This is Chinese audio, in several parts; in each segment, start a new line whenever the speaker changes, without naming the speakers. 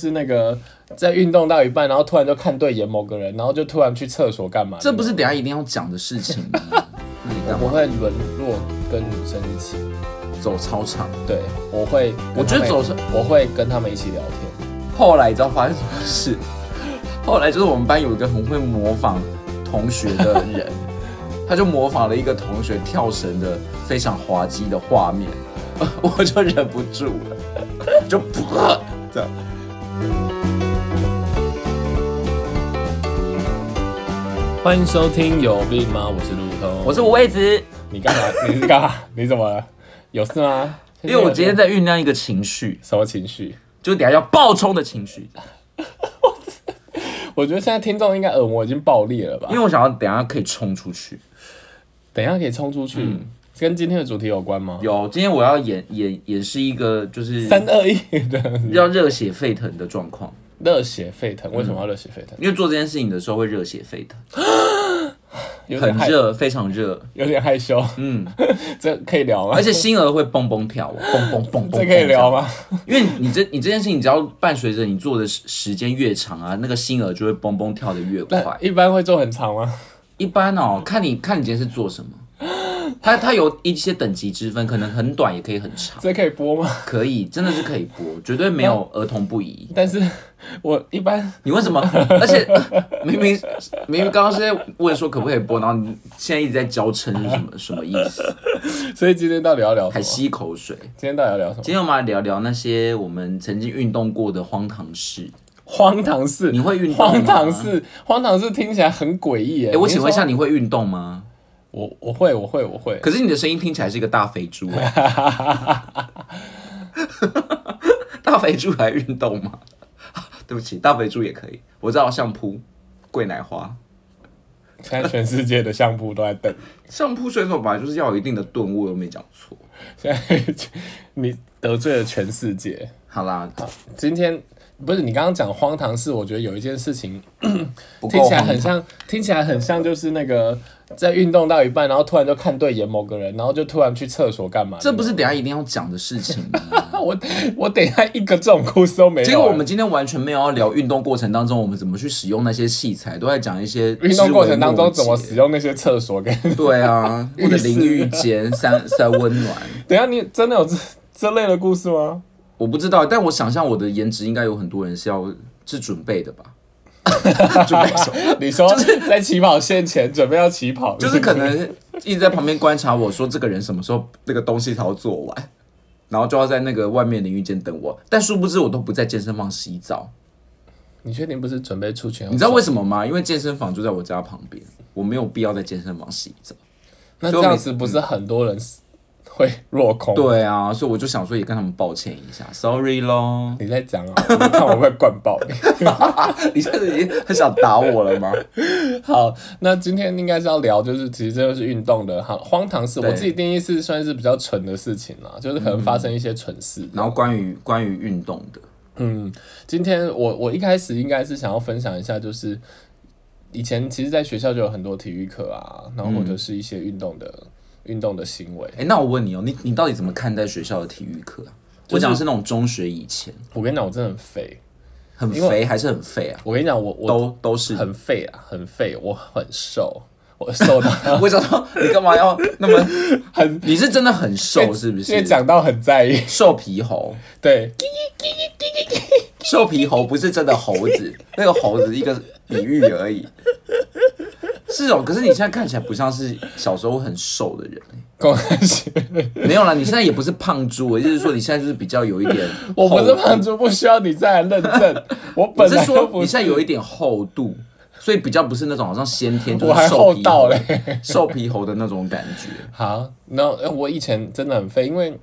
是那个在运动到一半，然后突然就看对眼某个人，然后就突然去厕所干嘛？
这不是等一下一定要讲的事情吗？ 那你
我
干
不
嘛
会沦落跟女生一起，
走操场？
对我会跟他们，
我觉得走是
我会跟他们一起聊天。
后来你知道发生什么事？后来就是我们班有一个很会模仿同学的 人，他就模仿了一个同学跳绳的非常滑稽的画面， 我就忍不住了，就噗这样。
欢迎收听有病吗？我是路通，
我是五味子，
你干 嘛？你是干嘛？你怎么了？有事吗？
因为我今天在酝酿一个情绪，
什么情绪？
就等一下要爆冲的情绪，
我觉得现在听众应该耳膜已经爆裂了吧
因为？我想要等一下可以冲出去。
等一下可以冲出去，跟今天的主题有关吗？
嗯有，今天我要演演演示一个就是
三二一，这样子
要热血沸腾的状况，
热血沸腾。为什么要热血沸腾？
因为做这件事情的时候会热血沸腾，
有点
很
害，
热，非常热。
有点害羞。
嗯，
这可以聊吗
而？且心儿会蹦蹦跳哦，蹦蹦蹦蹦
这可以聊吗？
蹦？因为你这你这件事情，只要伴随着你做的时时间越长啊，那个心儿就会蹦蹦跳的越
那
快。
一般会做很长吗？
一般哦，看你看你今天是做什么，它它有一些等级之分，可能很短也可以很长，
这可以播吗？
可以真的是可以播，绝对没有儿童不宜。
但是我一般
你为 什么？而且 呃明明明明刚刚是在问说可不可以播，然后你现在一直在娇嗔是什么什么意思？
所以今天到底要聊什
还
么？
吸口水。
今天到底要聊什么？
今天我们来聊聊那些我们曾经运动过的荒唐事。
荒唐事，
你会运动吗
荒唐事，荒唐事听起来很诡异耶。
哎、我请问一下，
你
你会运动吗？
说，我我会，我会，我会。
可是你的声音听起来是一个大肥猪、 欸，大肥猪还运动吗？ 对不起，大肥猪也可以。我知道相扑、桂奶花、
现在全世界的相扑都在等。
相扑选手本来就是要有一定的顿悟，我又没讲错。
现在你得罪了全世界。
好啦，
今天不是你刚刚讲荒唐事，我觉得有一件事情
不够
听起来
荒
很
唐。
像，听起来很像就是那个在运动到一半，然后突然就看对眼某个人，然后就突然去厕所干嘛？
这不是等一下一定要讲的事情吗？
那 我我等一下一个这种故事都没有。啊
结果我们今天完全没有要聊运动过程当中我们怎么去使用那些器材，都在讲一些
运动过程当中怎么
枝
使用那些厕所跟
微末节对啊，或者淋浴 间三三温暖，
等一下你真的有这这类的故事吗？
我不知道，但我想象我的颜值应该有很多人是要是准备的吧，准备什么？
你说在起跑线前准备要起 跑，
就是可能一直在旁边观察我说这个人什么时候那个东西才要做完，然后就要在那个外面淋浴间等我，但殊不知我都不在健身房洗澡。
你确定不是准备出拳？
你知道为什么吗？因为健身房就在我家旁边，我没有必要在健身房洗澡。
那这
所以我
样
每
子不是很多人会落空？，
对啊，所以我就想说也跟他们抱歉一下，sorry 咯。
你在讲啊，我看我会灌爆你。
你现在已经很想打我了 吗？
好，那今天应该是要聊，就是其实这就是运动的哈荒唐事。
对嗯
我自己定义是算是比较蠢的事情啦，就是可能发生一些蠢事。
然后关于关于运动的，
嗯，今天我我一开始应该是想要分享一下，就是以前其实在学校就有很多体育课啊，然后或
嗯
者是一些运动的、运动的行为。
哎、那我问你哦，你你到底怎么看待学校的体育课啊、我讲的是那种中学以前，
我跟你讲，我真的很废。
很肥还是很废啊？
我跟你讲，我我
都都是。
很废啊，很废，我很瘦，我瘦到
我想说，你干嘛要那 么
很？
你是真的很瘦是不
因为
是？
讲到很在意。
瘦皮猴，
对，
瘦皮猴不是真的猴 子，那个猴子一个比喻而已。是哦，可是你现在看起来不像是小时候很瘦的人。
恭喜！，
没有啦，你现在也不是胖猪，我就是说你现在就是比较有一点
我不是
厚，
胖猪，不需要你再来认 证。我
我
本
是
来就
说
不
你现在有一点厚度，所以比较不是那种好像先天就
我还
是瘦皮
厚到
猴
嘞、
瘦皮猴的那种感觉。
好，然后呃我以前真的很废，因为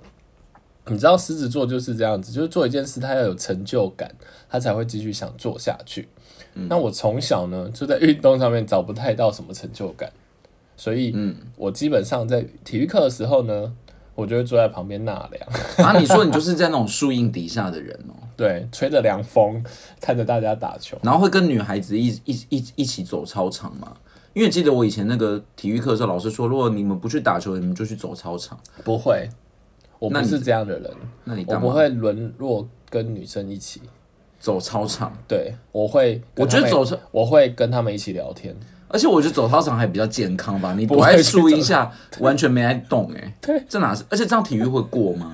你知道狮子座就是这样子，就是做一件事他要有成就感，他才会继续想做下去。
嗯
那我从小呢就在运动上面找不太到什么成就感，所以
嗯
我基本上在体育课的时候呢，我就会坐在旁边纳凉，
啊，你说你就是在那种树荫底下的人哦，
对，吹着凉风，看着大家打球。
然后会跟女孩子一一一一起走操场嘛？因为记得我以前那个体育课的时候，老师说，如果你们不去打球，你们就去走操场。
不会，我不
那你
是这样的人，
那你
我
干
不
嘛？
会沦落跟女生一起。
走操场，
对，我会
我
跟他
觉
们，
得走操，
我会跟他们一起聊天。
而且我觉得走操场还比较健康吧。你
不
躲
会
在
去
树荫
走
下，完全没在动、哎，
对，
这哪是？而且这样体育会过吗？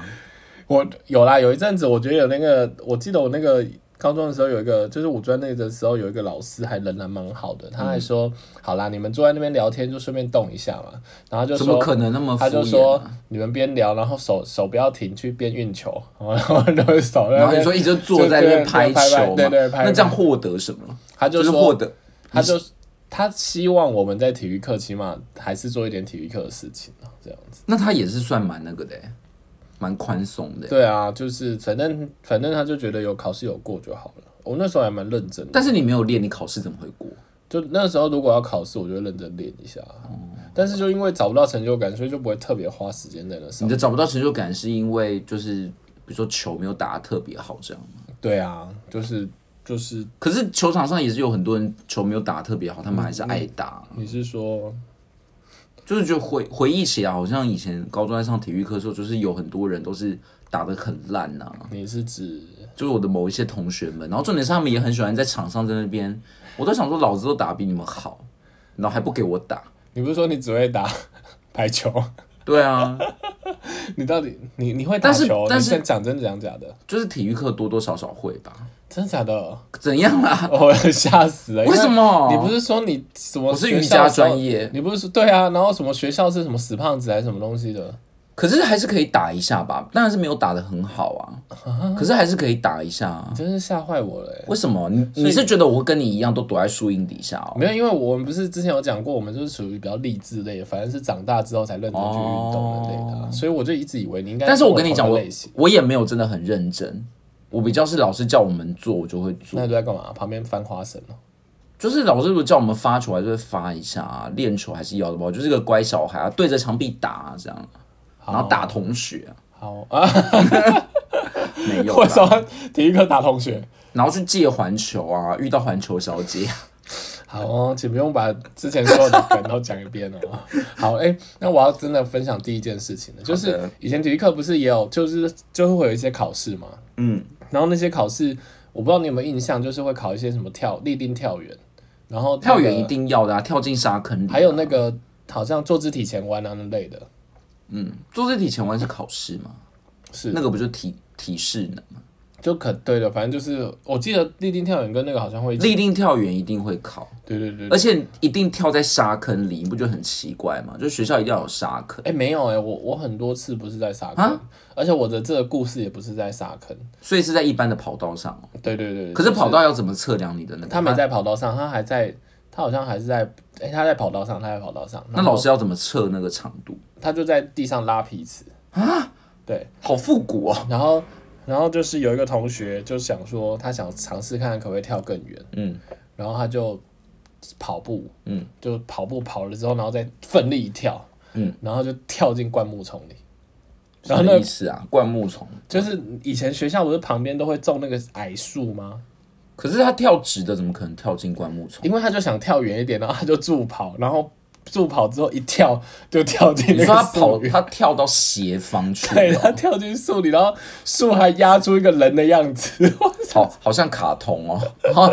我有啦，有一阵子我觉得有那个，我记得我那个高中的时候有一个，就是五专那个时候有一个老师还人还蛮好的，他
嗯
还说、好啦，你们坐在那边聊天就顺便动一下嘛，然后他就
怎
说
么可能那么敷
他
衍、啊？
就说你们边聊，然后手手不要停，去边运球， 然后就手在
然
那
后你
边
说一直坐在那边拍球嘛，
对对对拍
那这样获得什么？
他就
就是
说
获得
他就他希望我们在体育课起码还是做一点体育课的事情啊这样子。
那他也是算蛮那个的欸，蛮宽松的欸。
对啊，就是反正反正他就觉得有考试有过就好了。我那时候还蛮认真的，
但是你没有练，你考试怎么会过？
就那时候如果要考试，我就会认真练一下。但是就因为找不到成就感，所以就不会特别花时间在那上
你。的找不到成就感是因为就是比如说球没有打得特别好这样吗？
对啊，就是就是，
可是球场上也是有很多人球没有打得特别好，他们
嗯
还是爱打，
你是说
就是觉得回回忆起来，好像以前高中在上体育课的时候，就是有很多人都是打得很烂啊呐、
你是指
就是我的某一些同学们，然后重点是他们也很喜欢在场上在那边，我都想说老子都打得比你们好，然后还不给我打，
你不是说你只会打 排球？
对啊，
你到底你你会打
但是
球？
但是
你现在讲真的讲假的？
就是体育课多多少少会吧，
真的假的？
怎 样啦？
我吓死了！因
为什？么？
你不是说你什么？
哦我是瑜伽专，业，
你不是说对啊？然后什么学校是什么死胖子还是什么东西的？
可是还是可以打一下吧，当然是没有打得很好啊，可是还是可以打一下、啊
你。真是吓坏我了、欸！
为什么？你你是觉得我会跟你一样都躲在树荫底下哦？
没有，因为我们不是之前有讲过，我们就是属于比较励志类，反正是长大之后才认真去运动的类的啊、所以我就一直以为你应该。
哦但是我
我
跟你讲，
同
我
个类型，
我也没有真的很认真，我比较是老师叫我们做，我就会做
那。你都在干嘛？旁边翻花绳哦、
就是老师如果叫我们发球，还是会发一下、啊；练球还是要的吧。我就是个乖小孩啊，对着墙壁打、啊、这样，然后打同学、啊、
好啊，
没 有
为什
啦，
么体育课打同学？
然后去借环球啊，遇到环球小姐，
好哦，请不用把之前所有的梗都讲一遍 哦。好，哎、那我要真的分享第一件事情了，就是以前体育课不是也有，就是就是会有一些考试嘛，
嗯，
然后那些考试，我不知道你有没有印象，就是会考一些什么跳立定跳远，然后那个
跳远一，定要的啊，跳进沙坑里啊、
还有那个好像坐姿体前弯啊那类的，
做这题前完是考试吗？
是
那个不就体体适能吗？
就可对的，反正就是我记得立定跳远跟那个好像会一起，
立定跳远一定会考，
对对对。
而且一定跳在沙坑里，你不觉得很奇怪吗？就学校一定要有沙坑，
哎、没有哎、我我很多次不是在沙坑
啊，
而且我的这个故事也不是在沙坑，
所以是在一般的跑道上哦。
对对对对。
可是跑道啊要怎么测量你的那个？
他没在跑道上，他还在，他好像还是在，哎、他在跑道上，他在跑道上。
那
然后
老师要怎么测那个长度？
他就在地上拉皮尺啊，对，
好复古 哦。
然后然后就是有一个同学就想说，他想尝试看看可不可以跳更远，
嗯，
然后他就跑步，
嗯，
就跑步跑了之后，然后再奋力一跳，
嗯，
然后就跳进灌木丛里。
什
然后
么
那
意思啊？灌木丛。
就是以前学校不是旁边都会种那个矮树吗？
可是他跳直的，怎么可能跳进灌木丛？
因为他就想跳远一点，然后他就助跑，然后助跑之后一跳就跳进
你
那
说
个
他
树
跑，
园。
他跳到斜方去
对
了，
他跳进树里，然后树还压出一个人的样子。
好，好像卡通哦。 哦，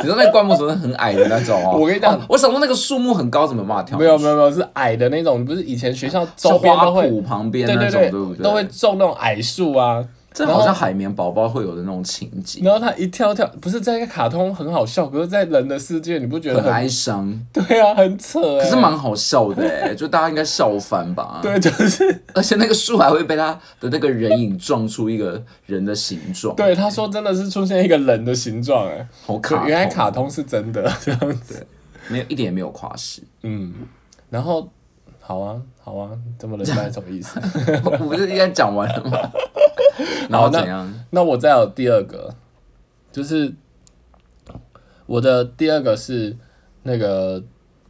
你说那灌木丛是很矮的那种 哦。
我跟你讲
哦我想说那个树木很高，怎么办法跳？
没有没有没有，是矮的那种，不是以前学校
是
周边
花
都会，
圃旁边
对
那
对
种，不对？
都会种那种矮树啊。
这好像海绵宝宝会有的那种情景，
然后他一跳跳，不是在一个卡通很好笑，可是在人的世界你不觉得
很
很？
哀伤，
对啊，很扯、欸。
可是蛮好笑的哎， 就大家应该笑翻吧。
对，就是
而且那个树还会被它的那个人影撞出一个人的形状，，
对他说真的是出现一个人的形状哎、
好
可
卡通。哦
原来卡通是真的 这样子。
没有一点也没有夸饰，
嗯，然后好啊好啊，这么冷淡是什么意思？
我不是应该讲完了吗？然后
那
怎样？
那我再有第二个，就是我的第二个是那个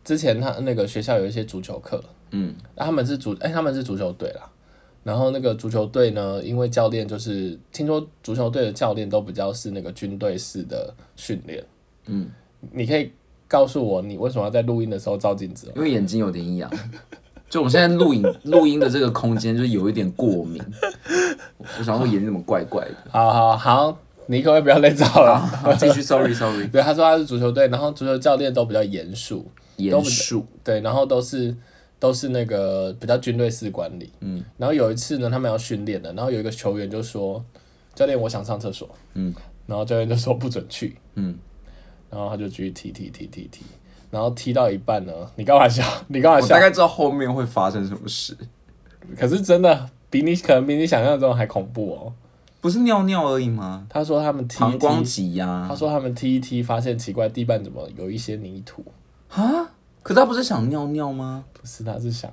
之前他那个学校有一些足球课，
嗯，
那他们是足哎、他们是足球队啦。然后那个足球队呢，因为教练就是听说足球队的教练都比较是那个军队式的训练，
嗯，
你可以告诉我你为什么要在录音的时候照镜子吗？
因为眼睛有点痒，就我们现在录影录音的这个空间，就是有一点过敏。我想我眼睛怎么怪怪的？
好好好，尼克会不要累着了。
好继续 ，sorry sorry，
对，他说他是足球队，然后足球教练都比较严肃，
严肃，
对，然后都是都是那个比较军队式管理。
嗯
然后有一次呢，他们要训练的，然后有一个球员就说：“教练，我想上厕所。”
嗯
然后教练就说不准去，
嗯，
然后他就继续踢踢踢踢踢，然后踢到一半呢，你干嘛笑？你干嘛
我
笑
大？概知道后面会发生什么事，
可是真的比你可能比你想象中还恐怖哦。
不是尿尿而已吗？
他说他们踢
膀
一
胱
踢，
挤压
他，说他们踢一踢，发现奇怪，地板怎么有一些泥土？
可是他不是想尿尿吗？
不是，他是想，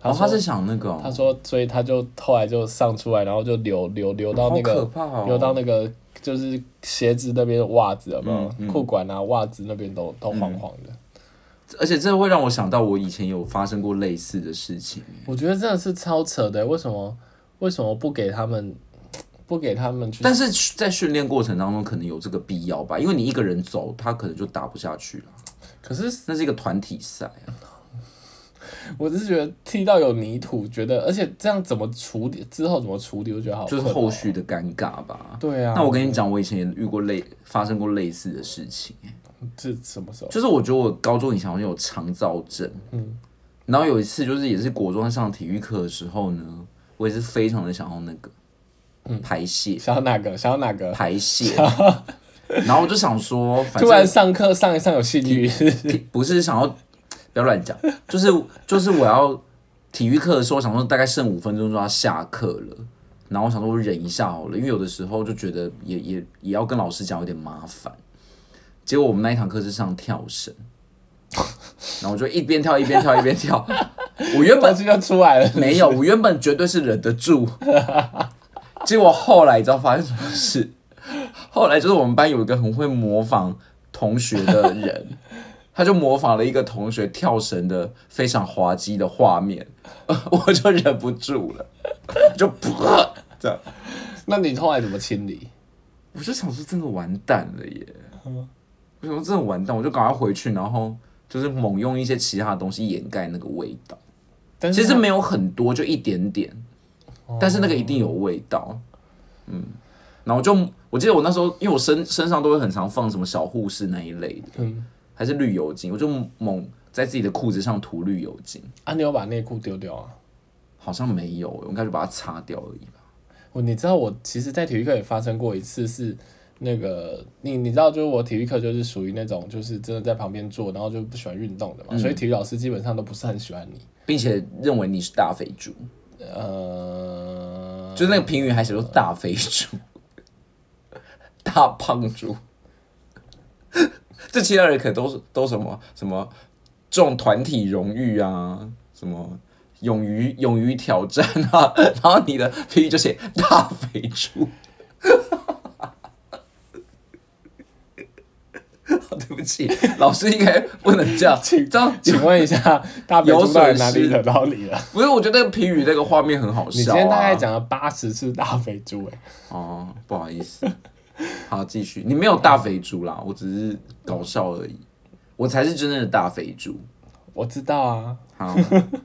他
哦，
说、
他是想那个哦，
他说，所以他就后来就上出来，然后就流流流到那
好
个
可怕哦，
流到那个就是鞋子那边的袜子有没有？
嗯嗯嗯
裤管啊、袜子那边都都黄黄的。
而且这会让我想到我以前有发生过类似的事情。
我觉得真的是超扯的，为什么为什么不给他们不给他们去？
但是在训练过程当中，可能有这个必要吧，因为你一个人走，他可能就打不下去了。
可是
那是一个团体赛啊，
我只是觉得踢到有泥土，觉得而且这样怎么处理之后怎么处理，我觉得好
就是
困扰
后续的尴尬吧。
对啊。
那我跟你讲，我以前也遇过类发生过类似的事情，
这什么时候？
就是我觉得我高中以前好像有肠燥症，
嗯
然后有一次就是也是国中上体育课的时候呢，我也是非常的想要那个
嗯
排泄
想要哪个？想要哪个？
排泄，然后我就想说，反
突然
正
上课上一上有兴趣，
不是想要，不要乱讲，就是就是我要体育课的时候，我想说大概剩五分钟就要下课了，然后我想说我忍一下好了，因为有的时候就觉得也也也要跟老师讲有点麻烦。结果我们那一堂课是上跳绳，然后我就一边跳一边跳一边跳，我原本
东西就出来了。
没有，我原本绝对是忍得住， 结果后来你知道发生什么事？后来就是我们班有一个很会模仿同学的人，他就模仿了一个同学跳绳的非常滑稽的画面， 我就忍不住了，就噗这样，
那你后来怎么清理？
我就想说真的完蛋了耶，我想说真的完蛋，我就赶快回去，然后就是猛用一些其他的东西掩盖那个味道。
但是
其实没有很多，就一点点，但是那个一定有味道。嗯，然后我就我记得我那时候，因为我身身上都会很常放什么小护士那一类的，
嗯
还是绿油精，我就猛在自己的裤子上涂绿油精，
啊，你有把内裤丢掉啊？
好像没有，我应该就把它擦掉而已吧。
我你知道我其实，在体育课也发生过一次是那个你你知道，就是我体育课就是属于那种就是真的在旁边坐，然后就不喜欢运动的
嗯
嘛，所以体育老师基本上都不是很喜欢你。
并且认为你是大肥猪，
呃，
就是那个评语还写说大肥猪、 大胖猪， 这其他人可都是都什么什么重团体荣誉啊，什么勇于勇于挑战啊， 然后你的评语就写大肥猪。 对不起，老师应该不能这样，这样
请问一下，大肥
有
猪
损
到底哪里
失啊
惹到你了？
不是？我觉得那个评语那个画面很好笑、啊。
你今天大概讲了八十次大肥猪、欸，
哦，不好意思。 好，继续。你没有大肥猪啦，我只是搞笑而已。我才是真正的大肥猪。
我知道啊。
好，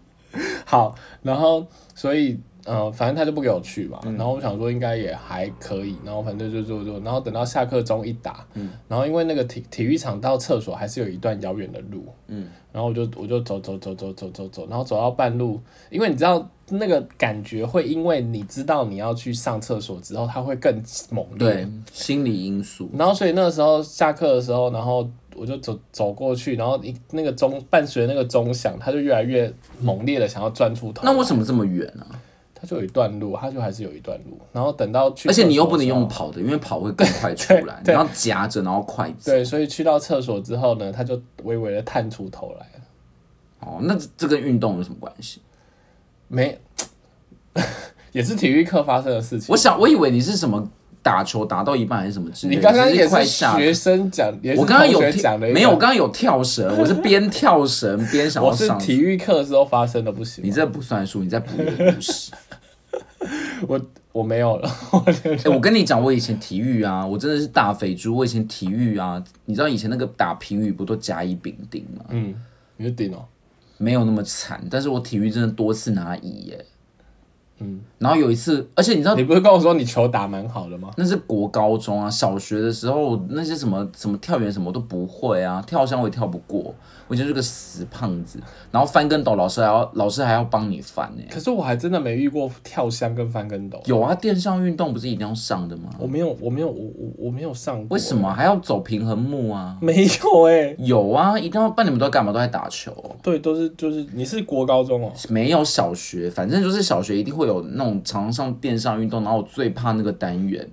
好，然后所以呃，反正他就不给我去嘛。
嗯
然后我想说应该也还可以，然后反正就做做，然后等到下课钟一打，
嗯
然后因为那个体体育场到厕所还是有一段遥远的路，
嗯
然后我就我就走走走走走走走，然后走到半路，因为你知道那个感觉会因为你知道你要去上厕所之后，它会更猛烈，
对，心理因素。
然后所以那个时候下课的时候，然后我就走走过去，然后一那个钟伴随那个钟响，他就越来越猛烈的想要钻出头。
那为什么这么远啊
嗯
呢、
他就有一段路，他就还是有一段路，然后等到去，
而且你又不能用。跑的，因为跑会更快出来。你
对
要夹着，然后快走。
对，所以去到厕所之后呢，他就微微的探出头来了
哦，那这这跟运动有什么关系？
没， 也是体育课发生的事情。
我想，我以为你是什么打球打到一半还是什么之类
你
的。
刚刚
只
也
快
是
下课。
学生讲，也是
我刚刚有
同学
跳
讲的，
没有？我刚刚有跳绳，我是边跳绳边想 要
我是
上。
体育课的时候发生的，不
你
行，
这不算数，你在补一个故事。
我我没有了，我就
哎、我跟你讲，我以前体育啊，我真的是大肥猪。我以前体育啊，你知道以前那个打皮羽不都甲乙丙丁吗？
嗯，你就顶哦，
没有那么惨，但是我体育真的多次拿乙耶、嗯，然后有一次，而且你知道
你不是跟我说你球打蛮好的吗？
那是国高中啊，小学的时候那些什么什么跳远什么都不会啊，跳箱我也跳不过，我就是个死胖子。然后翻跟斗，老师还要老师还要帮你翻呢、
可是我还真的没遇过跳箱跟翻跟斗，
有啊，电上运动不是一定要上的吗？
我没有，我没有，我我我没有上过。
为什么还要走平衡木啊？
没有哎、
有啊，一定要办。你们都在干嘛？都在打球哦、
对，都是就是你是国高中哦，
没有小学，反正就是小学一定会有那种常上电上运动，然后我最怕那个单元，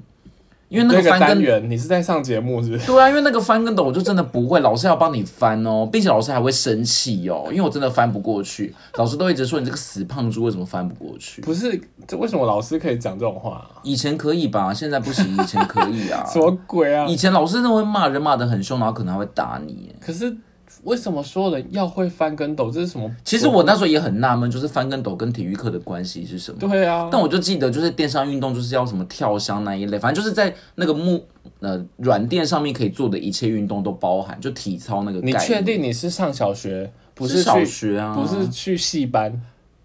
因为那
那
个
个
翻
单
跟
元你是在上节目是不是？
对啊，因为那个翻跟斗我就真的不会，老师要帮你翻哦，并且老师还会生气哦，因为我真的翻不过去，老师都一直说你这个死胖猪为什么翻不过去？
不是，这为什么老师可以讲这种话啊、，
以前可以吧，现在不行，以前可以啊
什么鬼啊
以？前老师真的会骂人，骂得很凶，然后可能还会打你耶。
可是为什么所有人要会翻跟斗？这是什么？
其实我那时候也很纳闷，就是翻跟斗跟体育课的关系是什么？
对啊，
但我就记得，就是电商运动就是要什么跳箱那一类，反正就是在那个木呃软垫上面可以做的一切运动都包含，就体操那个概
你
念。
确定你是上小学，不
是
去
小学啊？
不是去戏班？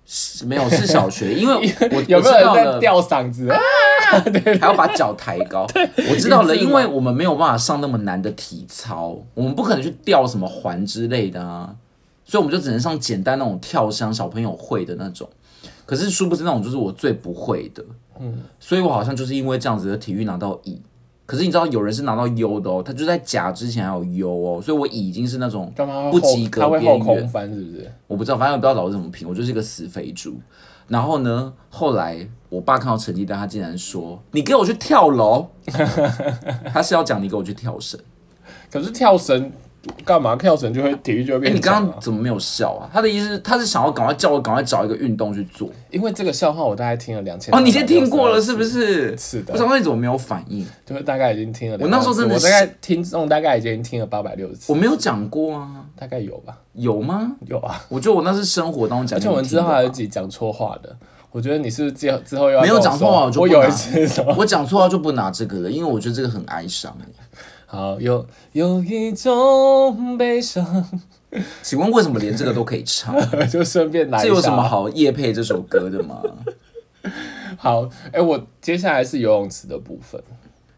是没有是小学，因为我
有没有
我知
人
道
在
了，
吊嗓子啊？
还要把脚抬 高。我知道了，
一致吗
因为我们没有办法上那么难的体操，我们不可能去吊什么环之类的啊，所以我们就只能上简单那种跳箱，小朋友会的那种。可是殊不知那种就是我最不会的，嗯，所以我好像就是因为这样子的体育拿到乙。可是你知道有人是拿到优的哦，他就在甲之前还有优哦，所以我乙已经是那种
干嘛
不
会后
及格
他会后
边缘
空翻是不是？
我不知道，反正我不知道老师怎么评，我就是一个死肥猪。然后呢，后来我爸看到成绩单，他竟然说：“你给我去跳楼。” 他是要讲你给我去跳 绳。
可是跳绳干嘛？跳绳就会体育就会
哎、
变
你刚
强啊
刚怎么没有笑啊？他的意思是，他是想要赶快叫我赶快找一个运动去做。
因为这个笑话我大概听了两千
哦，你先听过了是不？是？
是的
我想问你怎么没有反应？
就是大概已经听了200次，
我那时候真的
我
是
大概听众大概已经听了八百六十
我
次，
没有讲过啊，
大概有吧？
有 吗？
有啊，
我觉得我那是生活当中讲
而
给
且
你听的吧。
我们之后还有几讲错话的，我觉得你是不是之后之后又要
没有
跟我
讲
说
错话我就
我
不
有一
拿
次什么
我讲错话就不拿这个了，因为我觉得这个很哀伤。欸
好有有一种悲伤，
请问为什么连这个都可以唱？
就顺便来一
这
下。
有什么好夜配这首歌的吗？
好，哎、我接下来是游泳池的部分。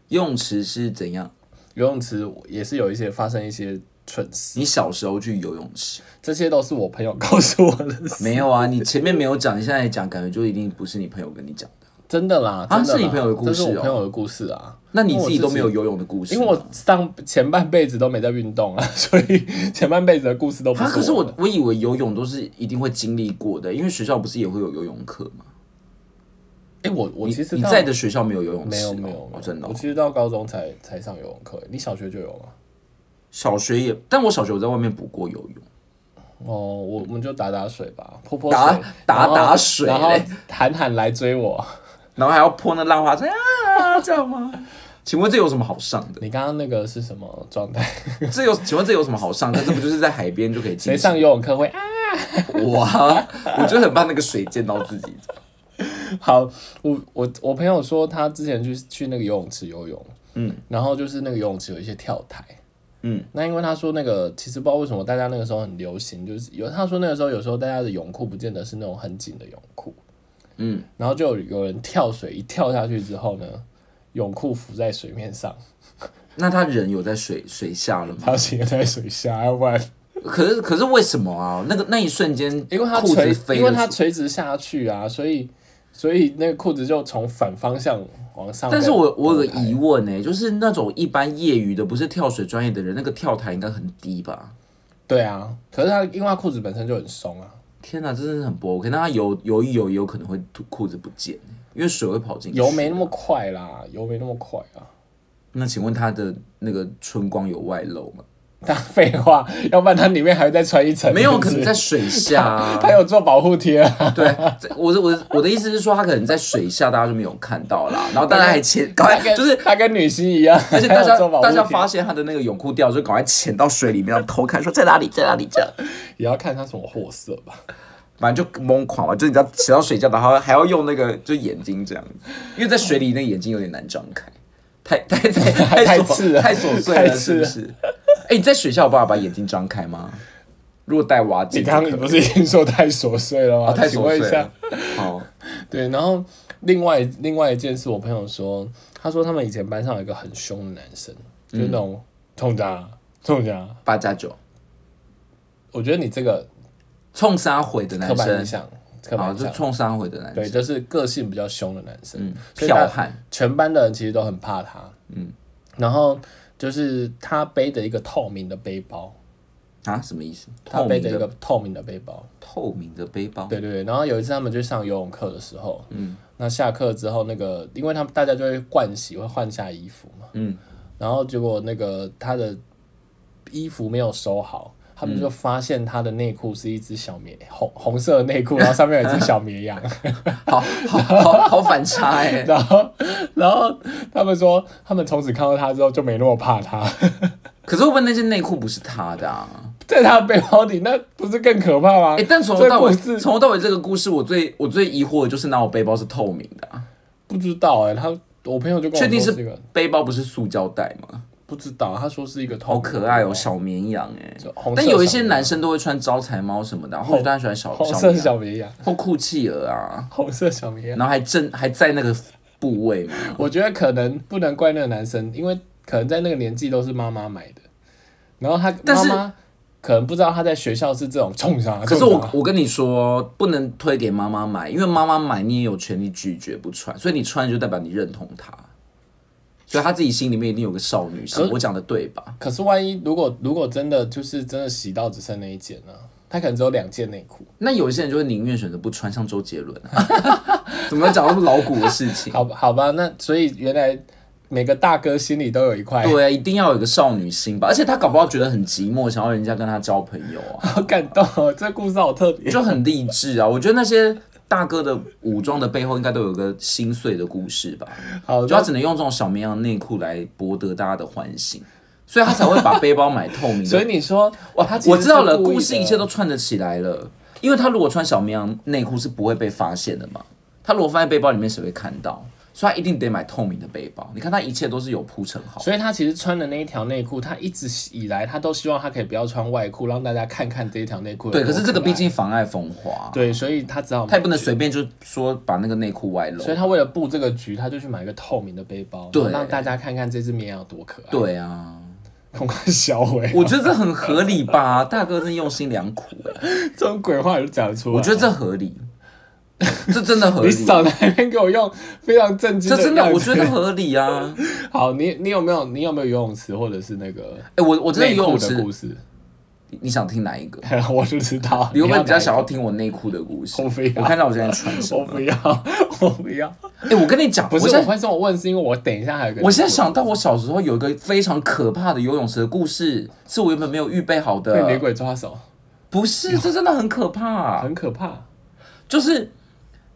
游泳池是怎样？
游泳池也是有一些发生一些蠢事，
你小时候去游泳池
这些都是我朋友告诉我的事，
没有啊？你前面没有讲，你现在讲，感觉就一定不是你朋友跟你讲的。
真的啦，真的啦
是你朋友的故事
这
哦
是我朋友的故事啊。
那你自己都没有游泳的故事
因
吗，
为我上前半辈子都没在运动啊， 所以前半辈子的故事都不
啊，可是
我
我
的。
我以为游泳都是一定会经历过的，因为学校不是也会有游泳课吗？
哎、我我
你
其实
你
到
在的学校没有游泳
没
池
有
哦，
没有没有
哦真的哦
我其实到高中才才上游泳课，你小学就有吗？
小学也，但我小学我在外面补过游泳，
哦，我我们就打打水吧，泼泼
打
水，
打
然后
打水
然后
嘞
喊喊来追我。
然后还要泼那浪花这样啊，这样吗？ 请问这有什么好上的？
你刚刚那个是什么状态？
这有请问这有什么好上的？这不就是在海边就可以进
谁
行？
上游泳课会啊？
哇，我就很怕那个水溅到自己。
好，我我我朋友说他之前去去那个游泳池游泳，嗯，然后就是那个游泳池有一些跳台，
嗯，
那因为他说那个其实不知道为什么大家那个时候很流行，就是有他说那个时候有时候大家的泳裤不见得是那种很紧的泳裤，
嗯，
然后就有人跳水一跳下去之后呢，泳裤浮在水面上，
那他人有在水水下了吗？
他斜在水下，要不然
可是可是为什么啊？那个那一瞬间，
因为它
裤
垂
子，飞
因为
了
它
出，
垂直下去啊，所以所以那个裤子就从反方向往上被拨
但
开。
是我我有个疑问呢、就是那种一般业余的，不是跳水专业的人，那个跳台应该很低吧？
对啊，可是他因为他裤子本身就很松啊，
天哪，真的是很不 OK。那他游游一游，也有可能会吐裤子不见、欸因为水会跑进去。
油没那么快啦，油没那么快啊。
那请问他的那个春光有外露 吗？
他废话，要不然他里面还会再穿一层，
没有，
是不
可
是
能在水下、 啊。
他有做保护贴 啊。
对，这我的我的我的意思是说，他可能在水下，大家就没有看到啦。然后大家还潜，赶
他
快
跟
就是，
他跟女星一样，
而且大
还有
家
做保护
大家
贴，
发现他的那个泳裤掉，就赶快潜到水里面，然后偷看说在哪里，在哪里这样。
也要看他什么货色吧。
反正就懵狂嘛，就是你知道潜到水下，然后还要用那个就眼睛这样子，因为在水里那个眼睛有点难张开，太 太 太
太
琐
刺了
太琐碎
太
了，
刺
是不
了
是？哎、你在水下有办法把眼睛张开吗？如果带娃
你
镜就可
刚
以，
刚不是已经说太琐碎了吗？
哦太琐
请问一
碎
下
了，。好，
对，然后另外另外一件事，我朋友说，他说他们以前班上有一个很凶的男生，
嗯
就是那种冲家冲家。
八加九，
我觉得你这个
冲杀毁的
刻
男
板
生
印，象，刻板
好，
印
就
象，
冲杀毁的男
对，
生，
就是个性比较凶的男生，
嗯，
所以大
剽悍，
全班的人其实都很怕他。
嗯，
然后就是他背着一个透明的背包，
啊，什么意思？
他
透
背
明
着一
的嗯
个透明的背包。
透明的背包，
对对对，然后有一次他们去上游泳课的时候，
嗯
那下课之后，那个因为他们大家就会换洗，会换下衣服嘛，
嗯，
然后结果那个他的衣服没有收好，他
嗯
们就发现他的内裤是一只小绵红红色的内裤，然后上面有一只小绵羊，
好好好好反差哎、
然后然后他们说他们从此看到他之后就没那么怕他，
可是会不会那件内裤不是他的啊？
在他的背包里那不是更可怕吗
哎、？但从头到尾，
这故事
从头到尾这个故事，我最我最疑惑的就是，那我背包是透明的、啊，
不知道哎、他我朋友就跟
确
我
定
说
是
哦这个
背包不是塑胶袋吗？
不知道，他说是一个透
好
明
可爱
的
哦，小绵羊哎、
就红色
但有一
小
些
绵
男生都会穿招财猫什么的啊，或者他喜欢小
红
小
色
绵羊
小绵羊，
或酷企鹅啊，
红色小绵羊。
然后还正还在那个部位嘛，
我觉得可能不能怪那个男生，因为可能在那个年纪都是妈妈买的，然后他
但
妈
是
妈可能不知道他在学校是这种冲啥。
可是
冲
我
啥
我跟你说，不能推给妈妈买，因为妈妈买你也有权利拒绝不穿，所以你穿就代表你认同她，所以她自己心里面一定有个少女心。我讲的对吧？
可是万一如果如果真的就是真的洗到只剩那一件呢、他可能只有两件内裤。
那有一些人就会宁愿选择不穿，像周杰伦、啊， 怎么讲那么老古的事 情？
好吧，好吧，那所以原来每个大哥心里都有一块。
对啊，一定要有个少女心吧，而且他搞不好觉得很寂寞，想要人家跟他交朋友啊，
好感动哦，这故事好特别。
就很励志啊。我觉得那些大哥的武装的背后，应该都有个心碎的故事吧。
好，
就他只能用这种小绵羊内裤来博得大家的欢心，所以他才会把背包买透明的。
所以你说，哇，他其实
我知道了，
是故意
故事
的
一切都串得起来了。因为他如果穿小绵羊内裤是不会被发现的嘛，他如果放在背包里面，谁会看到？所以他一定得买透明的背包。你看他一切都是有铺陈好。
所以他其实穿的那一条内裤，他一直以来他都希望他可以不要穿外裤，让大家看看这一条内裤有多
对，
爱。
可是这个毕竟妨碍风化，
啊对，所以他只好
他也不能随便就说把那个内裤外露
所。以他为了布这个局，他就去买一个透明的背包，
对
然后让大家看看这只绵羊有多可爱。，
对啊，
恐怕销毁。
我觉得这很合理吧，大哥真用心良苦哎、
这种鬼话也就讲得出来。
我觉得这合理，这真的合理。
你少在那边给我用非常震惊
这真的
样
我
子
觉得合理啊！
好，你你有没有你有没有游泳池或者是那个
哎、我我真的
内
游
裤
泳
的
池，
故事？
你你想听哪一个？
我就知道。
你会不会比较
要
想要听我内裤的故事？
我不要
我看到我现在穿什
哪一个？
么。
我不要， 我不要。
哎、我跟你讲，
不是，
我
我
现在
会这么问，是因为我等一下还有一个。
我现在想到我小时候有一个非常可怕的游泳池的故事，是我原本没有预备好
被女
的。
鬼抓手，
不是，这真的很可怕。
很可怕。
就是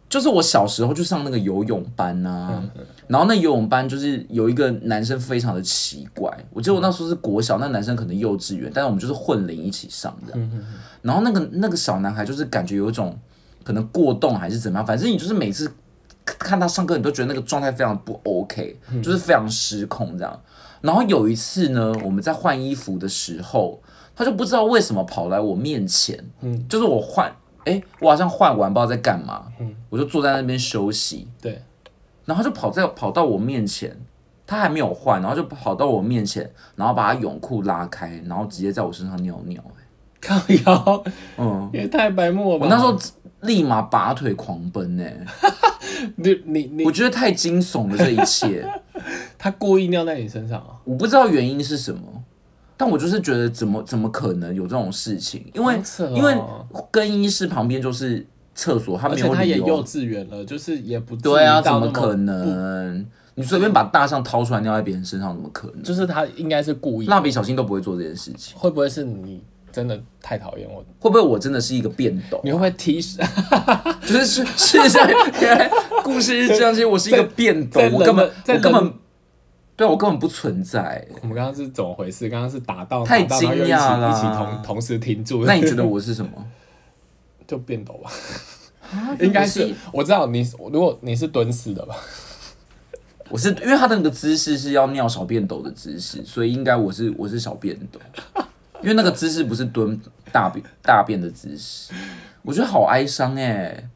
就是我小时候去上那个游泳班啊，然后那游泳班就是有一个男生非常的奇怪，我记得我那时候是国小，那男生可能幼稚园，但是我们就是混龄一起上的，然后那个那个小男孩就是感觉有一种可能过动还是怎么样，反正你就是每次看他上课，你都觉得那个状态非常不 OK，就是非常失控这样。然后有一次呢，我们在换衣服的时候，他就不知道为什么跑来我面前，嗯，就是我换，哎，我好像换完不知道在干嘛，嗯，我就坐在那边休息，
对，
然后他就跑在跑到我面前，他还没有换，然后就跑到我面前，然后把他泳裤拉开，然后直接在我身上尿尿、哎
靠腰
嗯，
也太白目了吧！
我那时候立马拔腿狂奔、
嗯
哎，
你你你，
我觉得太惊悚了这一切，
他故意尿在你身上啊？
我不知道原因是什么，但我就是觉得怎么怎么可能有这种事情，因为
好扯哦
因为更衣室旁边就是厕所，他
而
没
且
有
他
理
也幼
由。
稚园了，就是也不至于
对啊，怎
到那
么可？能？你随便把大象掏出来尿在别人身上，怎么可能？
就是他应该是故意。
蜡笔小新都不会做这件事情，
会不会是你真的太讨厌我？
会不会我真的是一个变动？
你会不会踢死？
就是 是是这样，原来故事是这样，其实我是一个变动
在，
我根本
人的在
我
人
根本对啊我根本不存在。
我们刚刚是怎么回事？刚刚是打到
太
打到然后又
惊讶啦
一起一起同同时停住。
那你觉得我是什么？
就变抖吧？应该是我知道你，如果你是蹲式的吧？
我是因为他的那个姿势是要尿小便斗的姿势，所以应该我是我是小便斗，因为那个姿势不是蹲大便大便的姿势，我觉得好哀伤哎、欸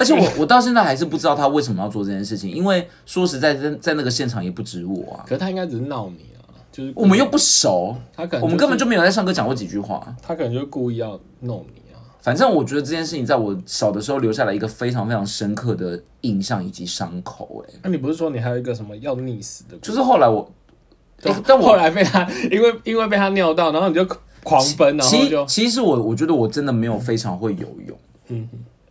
而且我我到现在还是不知道他为什么要做这件事情，因为说实在，在在那个现场也不止我 啊，
可是他应该只是闹你啊，就是故意
我们又不熟，
他可能、
我们根本
就
就没有在上课讲过几句话。
是他可能就是故意要弄你啊。
反正我觉得这件事情在我小的时候留下了一个非常非常深刻的印象以及伤口、欸，哎，
那、你不是说你还有一个什么要溺死的故事？
就是后来我，
就
欸但我
后来被他因为因为被他尿到，然后你就狂奔，然后
其
就
其实我我觉得我真的没有非常会游泳。
嗯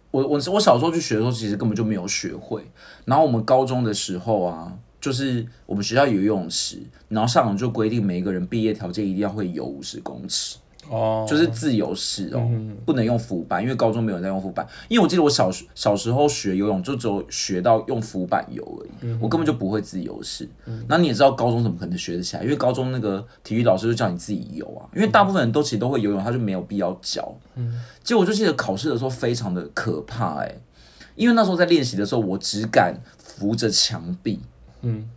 我我我小时候去学的时候，其实根本就没有学会。然后我们高中的时候啊，就是我们学校有游泳池，然后上网就规定每一个人毕业条件一定要会游五十公尺，
哦，
就是自由式哦，
嗯
不能用浮板，因为高中没有在用浮板。因为我记得我小时小时候学游泳，就只有学到用浮板游而已，我根本就不会自由式。那你也知道高中怎么可能学得起来？因为高中那个体育老师就叫你自己游啊，因为大部分人都其实都会游泳，他就没有必要教。结果我就记得考试的时候非常的可怕哎、因为那时候在练习的时候，我只敢扶着墙壁，
嗯，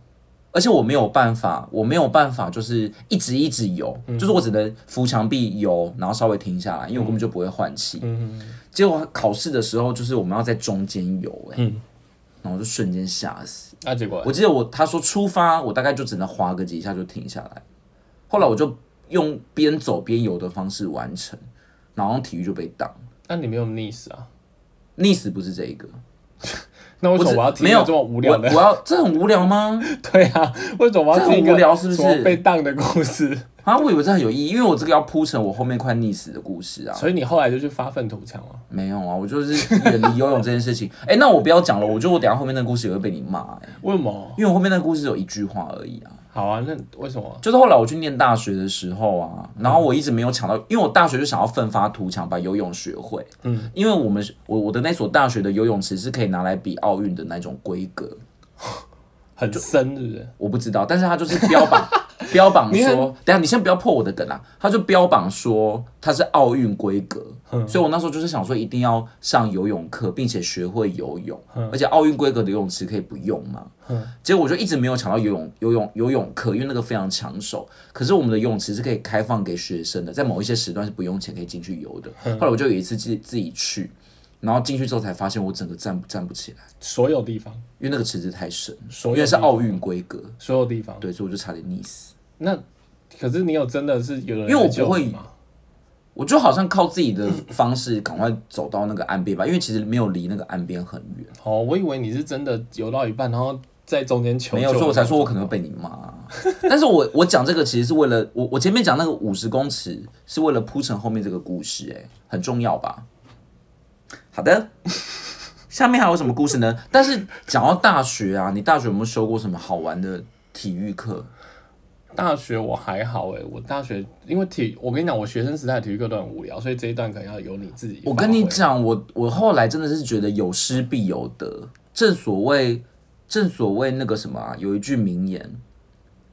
而且我没有办法，我没有办法就是一直一直游，
嗯
就是我只能扶墙壁游，然后稍微停下来，因为我根本就不会换气。
嗯
结果考试的时候，就是我们要在中间游哎、
嗯，
然后我就瞬间吓死。
那、结果
我记得我他说出发，我大概就只能划个几下就停下来，后来我就用边走边游的方式完成，然后体育就被挡。
那、你没有溺死啊？
溺死不是这一个，
那为什么
我只
我要听
没
一个
有
这么无聊的
我？我要这很无聊吗？
对啊，为什么我要听一
这很
个
无聊是不是
什么被当的故 事？
啊，我以为这很有意义，因为我这个要铺成我后面快溺死的故事啊。
所以你后来就去发愤图强了。
没有啊，我就是远离游泳这件事情。 哎、那我不要讲了，我觉得我等一下后面那个故事也会被你骂、哎，
为什么？
因为我后面那个故事只有一句话而已啊。
好啊，那为什么？
就是后来我去念大学的时候啊，然后我一直没有抢到，因为我大学就想要奋发图强，把游泳学会。
嗯
嗯，因为我们我我的那所大学的游泳池是可以拿来比奥运的那种规格，
很深是不是？
我不知道，但是他就是 标榜标榜
你很
说，等一下你先不要破我的梗啦，他就标榜说它是奥运规格，
嗯
所以我那时候就是想说一定要上游泳课，并且学会游泳，
嗯
而且奥运规格的游泳池可以不用嘛，结果我就一直没有抢到游泳游泳游泳课，因为那个非常抢手，可是我们的游泳池是可以开放给学生的，在某一些时段是不用钱可以进去游的，
嗯
后来我就有一次自己自己去，然后进去之后才发现我整个站不站不起来，
所有地方，
因为那个池子太深了，
所有
因为是
地方
奥运规格。
所有地方。
对，所以我就差点溺死。
那可是你有真的是有人
因为我
来救
不会
你吗？
我就好像靠自己的方式赶快走到那个岸边吧，因为其实没有离那个岸边很远。
哦，我以为你是真的游到一半，然后在中间求救。
没有，所以我才说我可能会被你骂。但是我我讲这个其实是为了我我前面讲那个五十公尺是为了铺成后面这个故事、哎，很重要吧？好的，下面还有什么故事呢？但是讲到大学啊，你大学有没有修过什么好玩的体育课？
大学我还好诶、我大学因为体，我跟你讲，我学生时代的体育课都很无聊，所以这一段可能要由你自己发挥。
我跟你讲，我我后来真的是觉得有失必有得，正所谓正所谓那个什么啊，有一句名言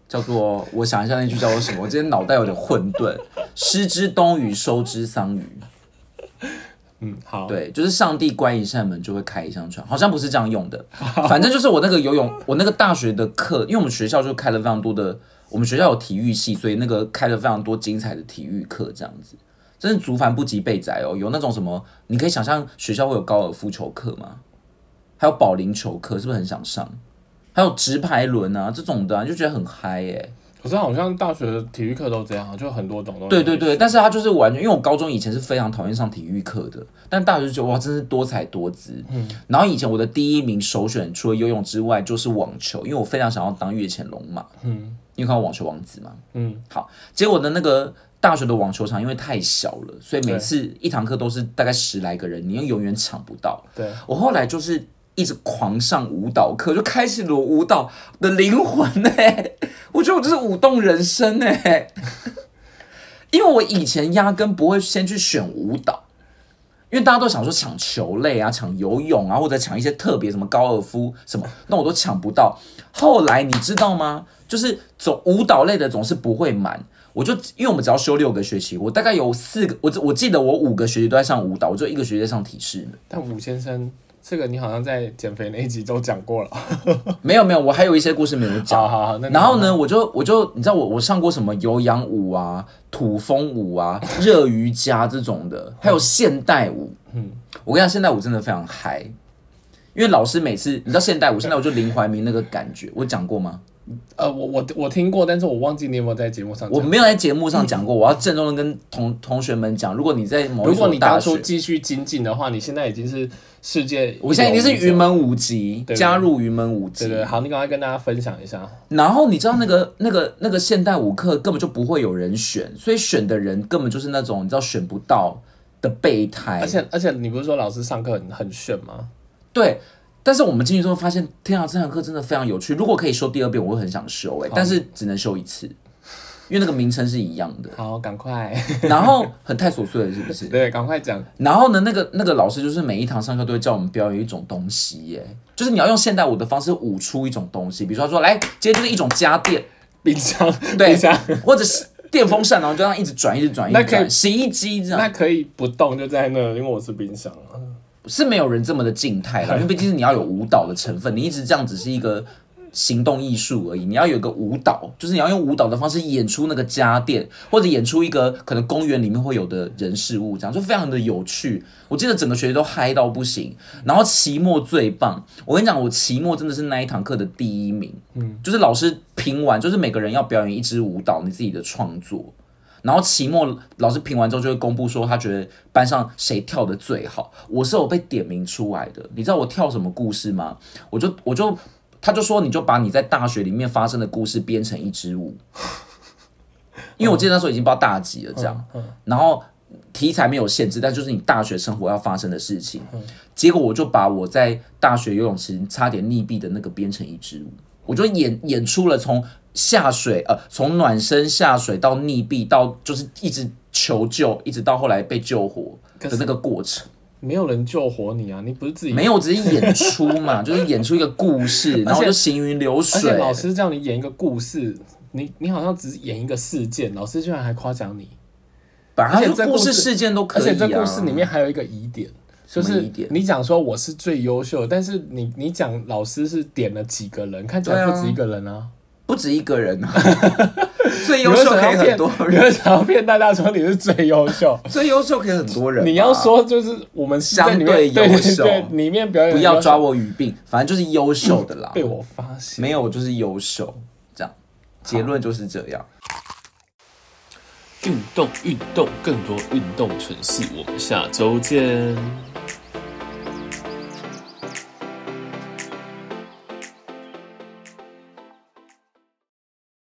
叫做，我想一下那句叫做什么，我今天脑袋有点混沌，失之东隅，收之桑榆。
嗯，好，，
对，就是上帝关一扇门就会开一扇窗，好像不是这样用的。反正就是我那个游泳，我那个大学的课，因为我们学校就开了非常多的，我们学校有体育系，所以那个开了非常多精彩的体育课，这样子。真是竹繁不及备载哦，有那种什么，你可以想象学校会有高尔夫球课吗？还有保龄球课，是不是很想上？还有直排轮啊这种的、啊，就觉得很嗨耶、
可是好像大学的体育课都这样，就很多种都
对对对，但是他就是完全，因为我高中以前是非常讨厌上体育课的，但大学就觉得哇，真是多才多姿。嗯，然后以前我的第一名首选除了游泳之外就是网球，因为我非常想要当月前龙马。嗯，你有看过《网球王子》吗？
嗯，
好，结果呢，那个大学的网球场因为太小了，所以每次一堂课都是大概十来个人，你又永远抢不到。
对，
我后来就是一直狂上舞蹈课，就开始了我舞蹈的 灵魂呢、我觉得我这是舞动人生呢、欸 因为我以前压根不会先去选舞蹈，因为大家都想说抢球类啊、抢游泳啊，或者抢一些特别什么高尔夫什么，那我都抢不到。后来你知道吗？就是总舞蹈类的总是不会满。我就因为我们只要修六个学期，我大概有四个，我我记得我五个学期都在上舞蹈，我就一个学期在上体适能。
但吴先生，这个你好像在减肥那一集都讲过了。
没有没有，我还有一些故事没有讲。
好好哦好，那你
然后？呢，我就我就你知道我我上过什么有氧舞啊、土风舞 啊、热瑜伽这种的，还有现代舞。嗯，我跟你讲，现代舞真的非常嗨。因为老师每次，你知道现代舞，现在我就林怀民那个感觉，我讲过吗？
呃，我我我听过，但是我忘记你有没有在节目上
我
讲。
没有在节目上讲过，我要郑重的跟同同学们讲，如果你在某一
如果
所
你
大
当
学
初，继续精进的话，你现在已经是世界，
我现在已经是云。门舞集，
对
加入云门舞集
对，对，好，你赶快跟大家分享一下。
然后你知道那个那个那个现代舞课根本就不会有人选，所以选的人根本就是那种你知道选不到的备胎
而，且而且，你不是说老师上课很很炫吗？。
对。但是我们进去之后发现，天啊，这堂课真的非常有趣。如果可以修第二遍，我会很想修哎、但是只能修一次，因为那个名称是一样的
好，赶快，
然后很太琐碎了，是不是？
对，赶快讲。
然后呢，那个那个老师就是每一堂上课都会叫我们表演一种东西耶，就是你要用现代舞的方式舞出一种东西，比如说他说来，今天就是一种家电，
冰箱，
对
冰箱，，
或者是电风扇，然后就这样一直转，一直转，一
那
直
可以
转，洗衣机 这
那
样，
可以不动就在那，因为我是冰箱啊。
是没有人这么的静态 了，因为毕竟是你要有舞蹈的成分，你一直这样只是一个行动艺术而已，你要有一个舞蹈，就是你要用舞蹈的方式演出那个家电，或者演出一个可能公园里面会有的人事物，这样就非常的有趣。我记得整个学期都嗨到不行，然后期末最棒，我跟你讲，我期末真的是那一堂课的第一名，嗯，就是老师评完，就是每个人要表演一支舞蹈，你自己的创作。然后期末老师评完之后就会公布说他觉得班上谁跳的最好。我是有被点名出来的，你知道我跳什么故事吗？我就我就他就说你就把你在大学里面发生的故事编成一支舞， 因为我记得那时候已经报大几了这样，然后题材没有限制，但就是你大学生活要发生的事情。结果我就把我在大学游泳池差点溺毙的那个编成一支舞，我就演演出了从下水呃从暖身下水到溺毙到就是一直求救，一直到后来被救活的那个过程。
没有人救活你啊！你不是自己
没有，我只是演出 嘛，就是演出一个故事，然后就行云流
而且
水。
老师叫你演一个故事，你你好像只是演一个事件，老师居然还夸奖你，
本
而
来
且
就
这
故
故事
事事件都可
而
以、啊。
且这故事里面还有一个疑点，就
什么
是
疑点
你讲说我是最优秀，但是你你讲老师是点了几个人，看起
对
来
啊
不止一个人啊，
不止一 个人、啊，最
你
优
为
秀
什么
可以
要
很
骗？
多
你
人，
为什么要骗大家说你是最优秀？
最优秀可以很多人吧。啊
你要说就是我们是在里面
相对优秀
对对里面表演
不要抓
我，
我语病，反正就是优秀的啦。
被我发现。
没有，我就是优秀，这样结论就是这样。
运动，运动，更多运动城市，我们下周见。